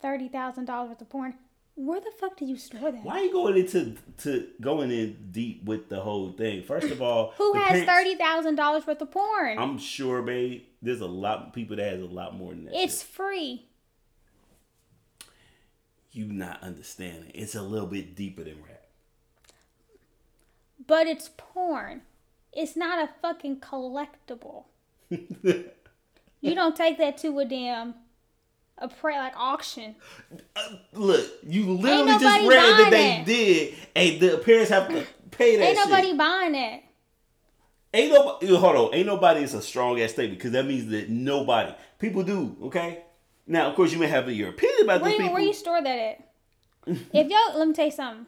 S1: thirty thousand dollars worth of porn. Where the fuck do you store that?
S2: Why you going into to going in deep with the whole thing? First of all,
S1: Who
S2: the
S1: has
S2: parents-
S1: thirty thousand dollars worth of porn?
S2: I'm sure, babe. There's a lot of people that has a lot more than that.
S1: it's
S2: shit.
S1: free.
S2: you not understanding. It's a little bit deeper than rap.
S1: but it's porn. It's not a fucking collectible. you don't take that to a damn a prayer like auction.
S2: Look, you literally just
S1: nobody
S2: read that
S1: buying
S2: they
S1: it.
S2: did, and the parents have to pay that
S1: Ain't
S2: shit.
S1: nobody buying that.
S2: Ain't nobody. Hold on. Ain't nobody is a strong ass statement because that means that nobody. People do. Okay. Now, of course, you may have your opinion about
S1: Where
S2: these
S1: you,
S2: people.
S1: where you store that at? if yo, let me tell you something.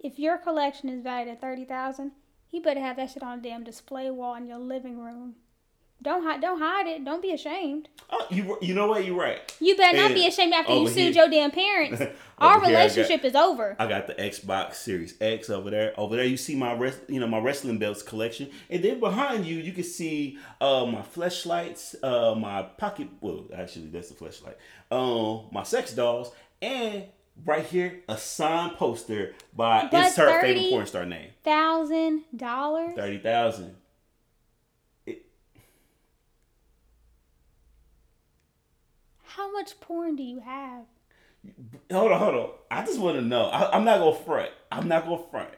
S1: If your collection is valued at thirty thousand, he better have that shit on a damn display wall in your living room. Don't hide, don't hide it. Don't be ashamed.
S2: Oh, you, you know what? You're right.
S1: You better not
S2: And
S1: be ashamed after you
S2: over
S1: sued
S2: here-
S1: your damn parents. Our
S2: Over here, I got-
S1: relationship is over.
S2: I got the Xbox Series X over there. Over there, you see my rest, you know, my wrestling belts collection, and then behind you, you can see uh, my flashlights, uh, my pocket. Well, actually, that's the flashlight. Um, my sex dolls, and right here, a signed poster by
S1: But
S2: insert
S1: 30
S2: favorite porn star name.
S1: Thousand dollars.
S2: Thirty thousand.
S1: How much porn do you have?
S2: Hold on, hold on. I just want to know. I, I'm not gonna front. I'm not gonna front.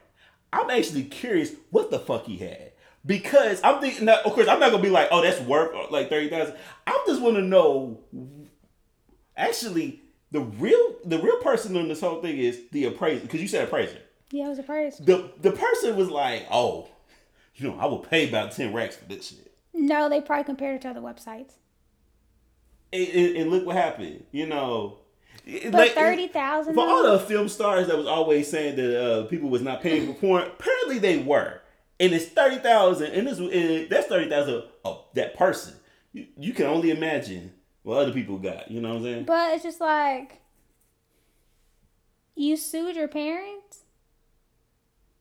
S2: I'm actually curious what the fuck he had because I'm thinking. Now, of course, I'm not gonna be like, oh, that's worth uh, like thirty thousand. I just want to know. Actually, the real the real person on this whole thing is the appraiser because you said appraiser.
S1: Yeah, it was a purse.
S2: The the person was like, oh, you know, I will pay about ten racks for this shit.
S1: No, they probably compared it to other websites.
S2: And, and, and look what happened. You know. It-
S1: But
S2: like-
S1: thirty thousand.
S2: For all the film stars that was always saying that uh, people was not paying for porn, apparently they were. And it's thirty thousand, and this and that's thirty thousand of that person. You, you can only imagine what other people got. You know what I'm saying?
S1: But it's just like you sued your parents.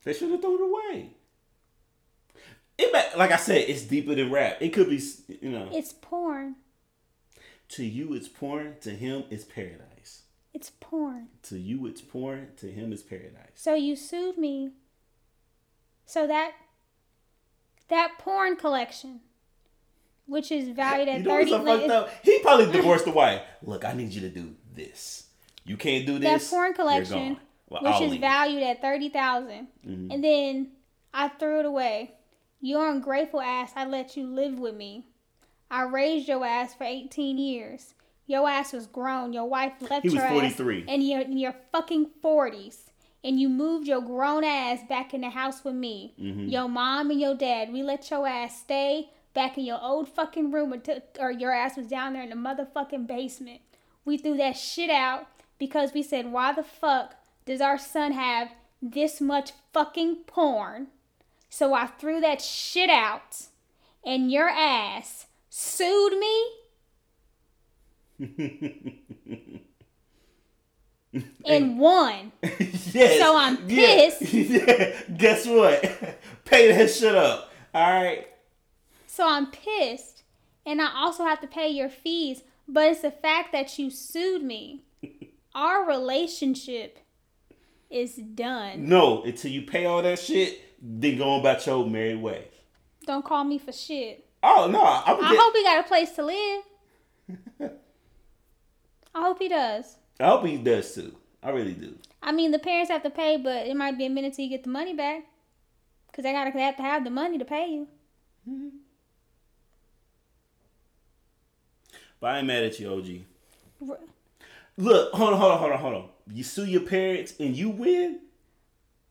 S2: They should have thrown it away. It ma- like I said, it's deeper than rap. It could be s- you know.
S1: It's porn.
S2: to you, it's porn. To him, it's paradise.
S1: It's porn.
S2: To you, it's porn. To him, it's paradise.
S1: So you sued me. So that that porn collection, which is valued at
S2: You know
S1: thirty,
S2: what's so fucked
S1: li-
S2: up? He probably divorced the wife. Look, I need you to do this. You can't do
S1: that
S2: this.
S1: porn
S2: you're
S1: collection,
S2: gone. Well,
S1: which
S2: I'll
S1: is
S2: leave.
S1: valued at thirty thousand, and then I threw it away. Your ungrateful ass! I let you live with me. I raised your ass for eighteen years. Your ass was grown. Your wife left
S2: He was
S1: your ass
S2: 43.
S1: and you're in your fucking forties, and you moved your grown ass back in the house with me.
S2: Mm-hmm.
S1: Your mom and your dad. We let your ass stay back in your old fucking room, until, or your ass was down there in the motherfucking basement. We threw that shit out because we said, why the fuck does our son have this much fucking porn? So I threw that shit out, and your ass sued me. and won.
S2: Yes.
S1: So I'm
S2: Yeah.
S1: pissed.
S2: Yeah. Guess what? Pay that shit up. All right.
S1: So I'm pissed. And I also have to pay your fees. But it's the fact that you sued me. Our relationship is done.
S2: No, until you pay all that shit, then go on about your merry way.
S1: Don't call me for shit.
S2: Oh no, I'm
S1: I
S2: get-
S1: hope he got a place to live. I hope he does.
S2: I hope he does too. I really do.
S1: I mean, the parents have to pay, but it might be a minute till you get the money back. Because they, gotta, they have to have the money to pay you.
S2: But I ain't mad at you, OG.
S1: R-
S2: Look, hold on, hold on, hold on, hold on. You sue your parents and you win.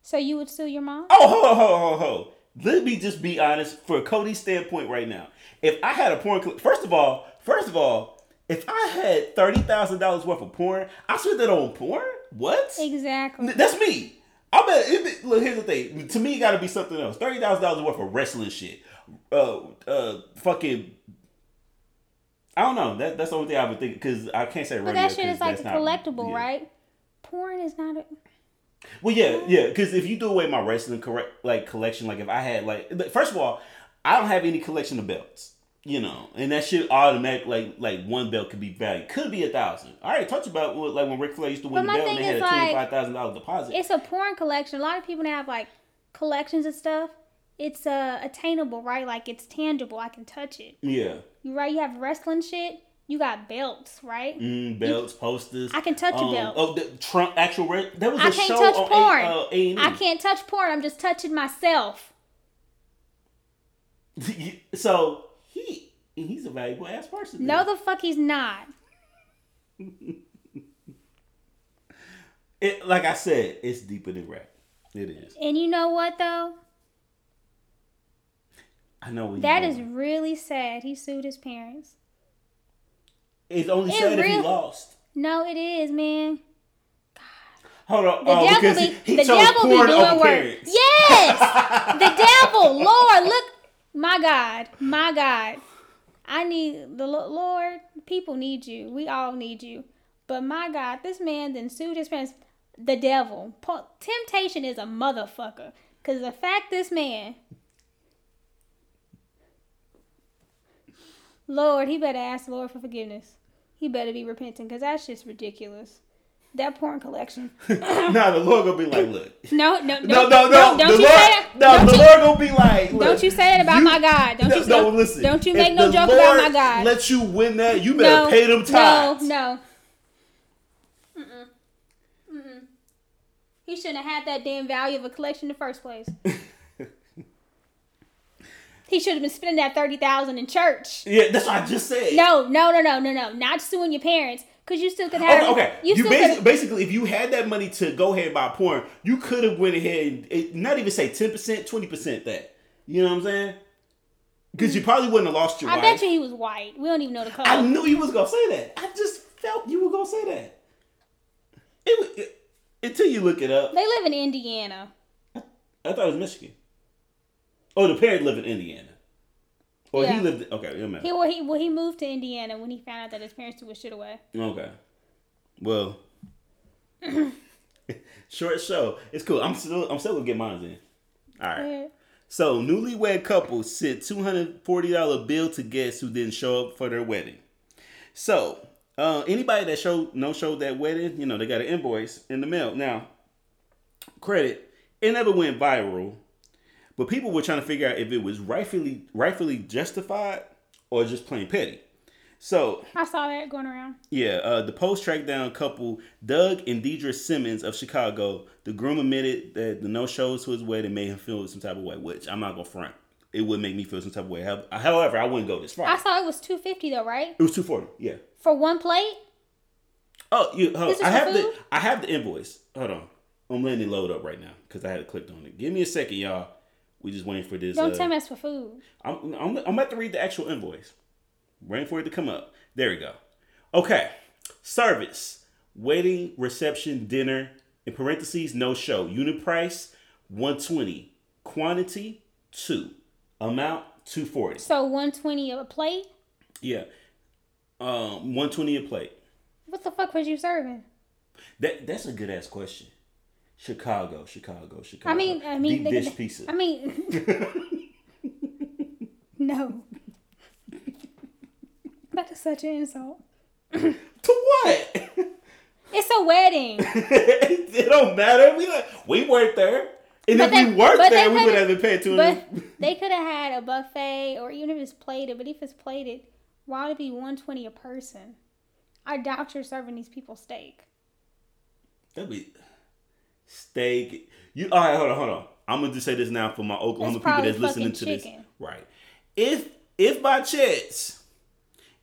S1: So you would sue your mom?
S2: Oh, ho, ho, ho, ho. Let me just be honest for Cody's standpoint right now. If I had a porn, cl- first of all, first of all, if I had thirty thousand dollars worth of porn, I spent that on porn. What?
S1: Exactly.
S2: That's me. I bet. It, look, here's the thing. To me, it got to be something else. Thirty thousand dollars worth of wrestling shit. Uh, uh, fucking. I don't know. That that's the only thing I would think because I can't say.
S1: But that shit is like a collectible, right? Porn is not a.
S2: Well, yeah, yeah. Because if you do away my wrestling correct like collection, like if I had like but first of all, I don't have any collection of belts, you know, and that shit automatic like like one belt could be valued could be a thousand. I already talked about what, like when Ric Flair used to win the
S1: my
S2: belt and they
S1: thing
S2: had a
S1: is,
S2: twenty
S1: like,
S2: five thousand dollar deposit.
S1: It's a porn collection. A lot of people that have like collections of stuff. It's uh, attainable, right? Like it's tangible. I can touch it.
S2: yeah,
S1: You right? You have wrestling shit. You got belts, right?
S2: mm, belts, posters.
S1: I can touch a belt.
S2: Oh, the Trump actual. Re- that was a
S1: I can't
S2: show
S1: touch
S2: on
S1: porn.
S2: A, uh, A&E.
S1: I can't touch porn. I'm just touching myself.
S2: so he he's a valuable ass person.
S1: No,
S2: then.
S1: the fuck he's not.
S2: It, like I said, it's deeper than rap. It is.
S1: And you know what though?
S2: I know what
S1: That
S2: you
S1: is
S2: mean.
S1: really sad. He sued his parents.
S2: It's only
S1: it
S2: sad if he
S1: really-
S2: lost.
S1: No, it is, man.
S2: Hold on.
S1: The
S2: oh,
S1: devil
S2: because
S1: be
S2: he, he
S1: the
S2: chose
S1: devil be
S2: porn
S1: doing
S2: over
S1: work.
S2: parents.
S1: Yes, the devil, Lord, look, my God, my God, I need the Lo- Lord. People need you. We all need you. But my God, this man then sued his parents. The devil, Po- temptation is a motherfucker. Cause the fact this man, Lord, he better ask the Lord for forgiveness. He better be repenting, cause that's just ridiculous. That porn collection.
S2: Nah, the Lord gonna be like, look.
S1: No, no,
S2: No, no, no.
S1: Don't, don't
S2: the
S1: you
S2: Lord,
S1: say that?
S2: No,
S1: don't,
S2: the
S1: you,
S2: Lord gonna be like, look,
S1: don't you say that about
S2: you-
S1: my God? Don't
S2: no,
S1: you?
S2: no,
S1: don't,
S2: listen.
S1: Don't you
S2: If
S1: make no
S2: the
S1: joke
S2: Lord
S1: about my God?
S2: Let you win that. You better
S1: no,
S2: pay them tithes.
S1: No, no. Mm-mm. Mm-mm. He shouldn't have had that damn value of a collection in the first place. he should have been spending that thirty thousand in church.
S2: Yeah, that's what I just said.
S1: No, no, no, no, no, no. Not suing your parents, cause you still could have.
S2: Okay, okay.
S1: You,
S2: You,
S1: still
S2: basically,
S1: could.
S2: basically, if you had that money to go ahead and buy porn, you could have went ahead and it, not even say ten percent, twenty percent that. You know what I'm saying? Because you probably wouldn't have lost your
S1: Mm. I
S2: wife.
S1: bet you he was white. We don't even know the color.
S2: I knew you was gonna say that. I just felt you were gonna say that. It, wa- it until you look it up.
S1: they live in Indiana.
S2: I thought it was Michigan. Oh, the parent lived in Indiana. Or he
S1: Yeah.
S2: lived. Okay, it don't matter.
S1: He well, he well, he moved to Indiana when he found out that his parents threw his shit away.
S2: Okay. Well, short show. It's cool. I'm still I'm still gonna get mine in. All right. So newlywed couple sent two hundred forty dollar bill to guests who didn't show up for their wedding. So uh, anybody that showed no showed that wedding, you know, they got an invoice in the mail. Now, credit it never went viral, but people were trying to figure out if it was rightfully rightfully justified or just plain petty. So
S1: I saw that going around.
S2: yeah, uh, the post tracked down couple Doug and Deidre Simmons of Chicago. The groom admitted that the no shows to his wedding made him feel some type of way, which I'm not gonna front. It would make me feel some type of way. How- However, I wouldn't go this far.
S1: I saw it was two fifty though, right?
S2: it was two forty. Yeah.
S1: For one plate.
S2: Oh, you. Hold
S1: This
S2: on.
S1: is
S2: I
S1: for
S2: have the
S1: food?
S2: I have the invoice. Hold on. I'm letting it load up right now because I had it clicked on it. Give me a second, y'all. We just waiting for this.
S1: Don't
S2: uh,
S1: tell me that's for food.
S2: I'm, I'm, I'm about to read the actual invoice. Waiting for it to come up. There we go. Okay. Service, wedding, reception, dinner, in parentheses, no show. Unit price, 120. Quantity, 2. Amount, 240.
S1: So one twenty of a plate.
S2: Yeah. Um, 120 a plate.
S1: What the fuck was you serving?
S2: That That's a good ass question. Chicago, Chicago, Chicago.
S1: I mean, I mean,
S2: Deep
S1: they-
S2: dish pizza.
S1: I mean, no. That is such an insult.
S2: to what?
S1: It's a wedding.
S2: it don't matter. We like, we weren't there. And
S1: But
S2: if
S1: they-
S2: we weren't
S1: but they
S2: there, we would have
S1: couldn't-
S2: been paying two
S1: But
S2: hundred.
S1: they could have had a buffet, or even if it's plated. But if it's plated, why would it be one twenty a person? I doubt you're serving these people steak.
S2: That'd be steak. You all right? Hold on, hold on. I'm gonna just say this now for my Oklahoma
S1: That's
S2: people
S1: probably
S2: that's listening to
S1: fucking
S2: this.
S1: chicken.
S2: Right. If if by chance,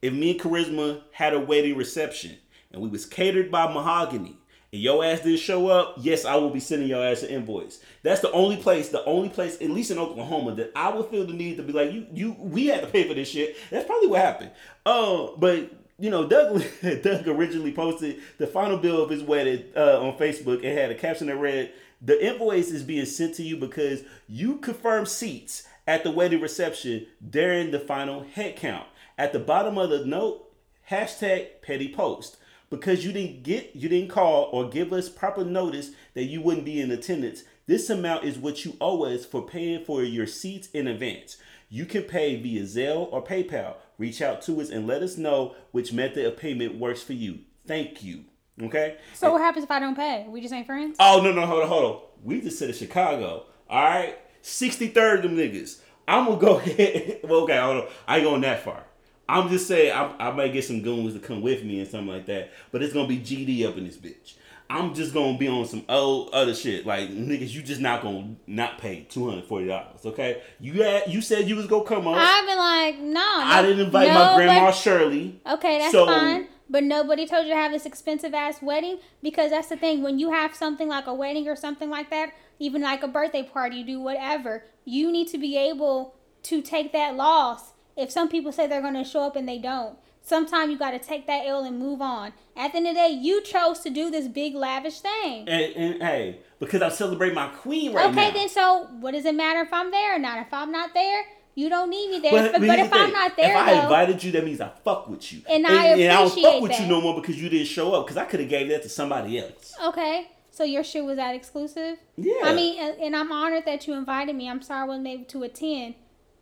S2: if me and Charisma had a wedding reception and we was catered by Mahogany. And your ass didn't show up. Yes, I will be sending your ass an invoice. That's the only place, the only place, at least in Oklahoma, that I would feel the need to be like, you, you, we had to pay for this shit. That's probably what happened. Uh, but you know, Doug, Doug originally posted the final bill of his wedding uh, on Facebook and had a caption that read, "The invoice is being sent to you because you confirmed seats at the wedding reception during the final head count." At the bottom of the note, hashtag petty post because you didn't get you didn't call or give us proper notice that you wouldn't be in attendance this amount is what you owe us for paying for your seats in advance you can pay via zelle or paypal reach out to us and let us know which method of payment works for you thank you okay
S1: So what happens if I don't pay? We just ain't friends.
S2: Oh no no hold on hold on. We just said in Chicago. All right, sixty third them niggas. I'm gonna go ahead. well, okay, hold on. I ain't going that far. I'm just saying I, I might get some goons to come with me and something like that. But it's gonna be GD up in this bitch. I'm just gonna be on some old other shit. Like niggas, you just not gonna not pay two hundred forty dollars. Okay, you had you said you was gonna come on. I,
S1: I've been like, no.
S2: didn't invite my grandma Shirley.
S1: Okay, that's
S2: So-
S1: fine. but nobody told you to have this expensive ass wedding because that's the thing. When you have something like a wedding or something like that, even like a birthday party, you do whatever, you need to be able to take that loss. If some people say they're going to show up and they don't, sometimes you got to take that ill and move on. At the end of the day, you chose to do this big lavish thing.
S2: And, and hey, because I'm celebrating my queen right now.
S1: Okay, then so what does it matter if I'm there or not? If I'm not there, you don't need me there.
S2: But,
S1: But,
S2: but
S1: but,
S2: here's
S1: if
S2: the
S1: I'm
S2: thing.
S1: not there,
S2: if I
S1: though,
S2: invited you, that means I fuck with you,
S1: And I
S2: don't fuck
S1: appreciate
S2: with you
S1: that.
S2: no more because you didn't show up. Because I could have gave that to somebody else.
S1: okay, so your shit was that exclusive.
S2: Yeah,
S1: I mean, and, and I'm honored that you invited me. I'm sorry I wasn't able to attend,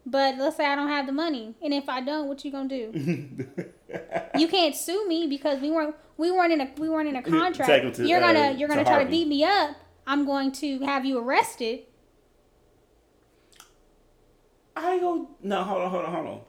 S1: but let's say I don't have the money, and if I don't, what you gonna do? you can't sue me because we weren't we weren't in a we weren't in a contract.
S2: Take him to,
S1: you're gonna
S2: uh,
S1: you're
S2: to
S1: gonna try to
S2: Harvey.
S1: beat me up. I'm going to have you arrested.
S2: I go no. Hold on, hold on, hold on.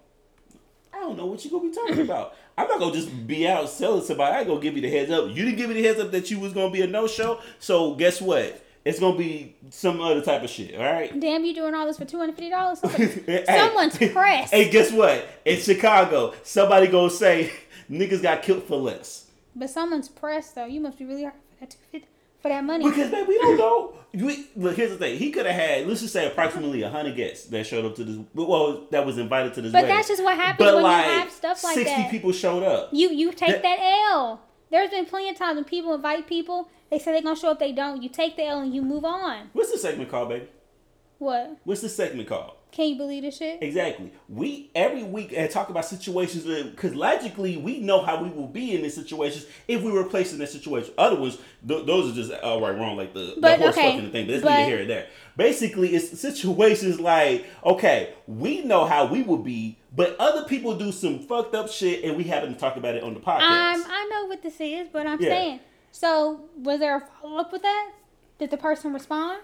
S2: I don't know what you gonna be talking about. I'm not gonna just be out selling somebody. I gonna give you the heads up. You didn't give me the heads up that you was gonna be a no show. So guess what? It's gonna be some other type of shit. All right.
S1: Damn, you doing all this for two hundred fifty dollars?
S2: Hey.
S1: Someone's pressed.
S2: Hey, guess what? In Chicago, somebody gonna say niggas got killed for less.
S1: But someone's pressed though. You must be really hard for that two fifty for that money.
S2: Because man, we don't know. We, look, here's the thing. He could have had, let's just say, approximately hundred guests that showed up to this. Well, that was invited to this.
S1: But
S2: wedding.
S1: that's just what happens
S2: But
S1: when
S2: like,
S1: you have stuff like
S2: sixty
S1: that.
S2: people showed up.
S1: you you
S2: That-
S1: take that, L. There's been plenty of times when people invite people, they say they're gonna show up, they don't. You take the L and you move on.
S2: What's the segment called, baby?
S1: What?
S2: What's the segment called?
S1: Can you believe this shit?
S2: Exactly. We every week and talk about situations because logically we know how we will be in these situations if we were placed in that situation. Other ones, th- those are just all right, wrong, like the,
S1: But,
S2: the horse
S1: okay,
S2: fucking thing. But it's
S1: but-
S2: neither here nor there. Basically, it's situations like okay, we know how we will be, but other people do some fucked up shit, and we happen to talk about it on the podcast.
S1: I'm I know what this is, but I'm
S2: Yeah.
S1: saying. So was there a follow up with that? Did the person respond?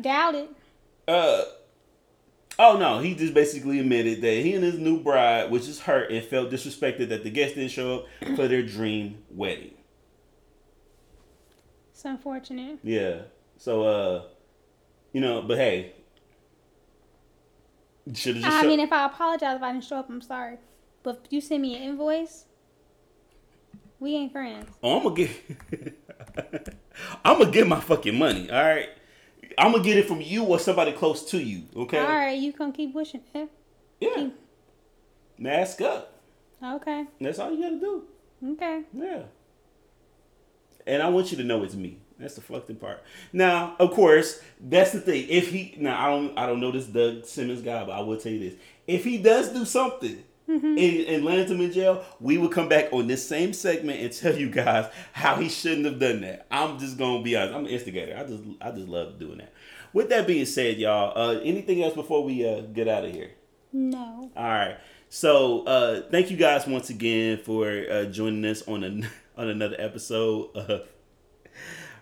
S1: Doubt it.
S2: uh oh no he just basically admitted that he and his new bride was just hurt and felt disrespected that the guests didn't show up for their dream wedding
S1: It's unfortunate.
S2: yeah so uh you know but hey should have just
S1: I
S2: show-
S1: mean, if I apologize if I didn't show up, I'm sorry. But if you send me an invoice, we ain't friends.
S2: oh, i'm gonna get i'm gonna get my fucking money all right i'm gonna get it from you or somebody close to you okay
S1: All right, you gonna keep wishing it.
S2: yeah mask up
S1: Okay,
S2: that's all you gotta do
S1: okay.
S2: Yeah. And I want you to know it's me. That's the fucked up part. Now, of course, that's the thing. If he now I don't I don't know this Doug Simmons guy, but I will tell you this. If he does do something and, and lands him in jail, we will come back on this same segment and tell you guys how he shouldn't have done that. I'm just gonna be honest. I'm an instigator. I just I just love doing that. With that being said, y'all, uh, anything else before we uh, get out of here?
S1: No.
S2: All right. So uh, thank you guys once again for uh, joining us on an, on another episode of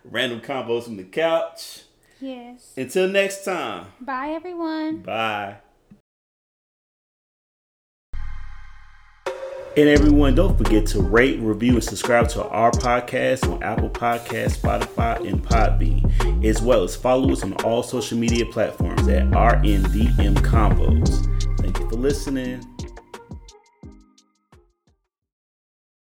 S2: Random Combos from the Couch.
S1: Yes.
S2: Until next time.
S1: Bye, everyone.
S2: Bye. And everyone, don't forget to rate, review, and subscribe to our podcast on Apple Podcasts, Spotify, and Podbean, as well as follow us on all social media platforms at RNDM Combos. Thank you for listening.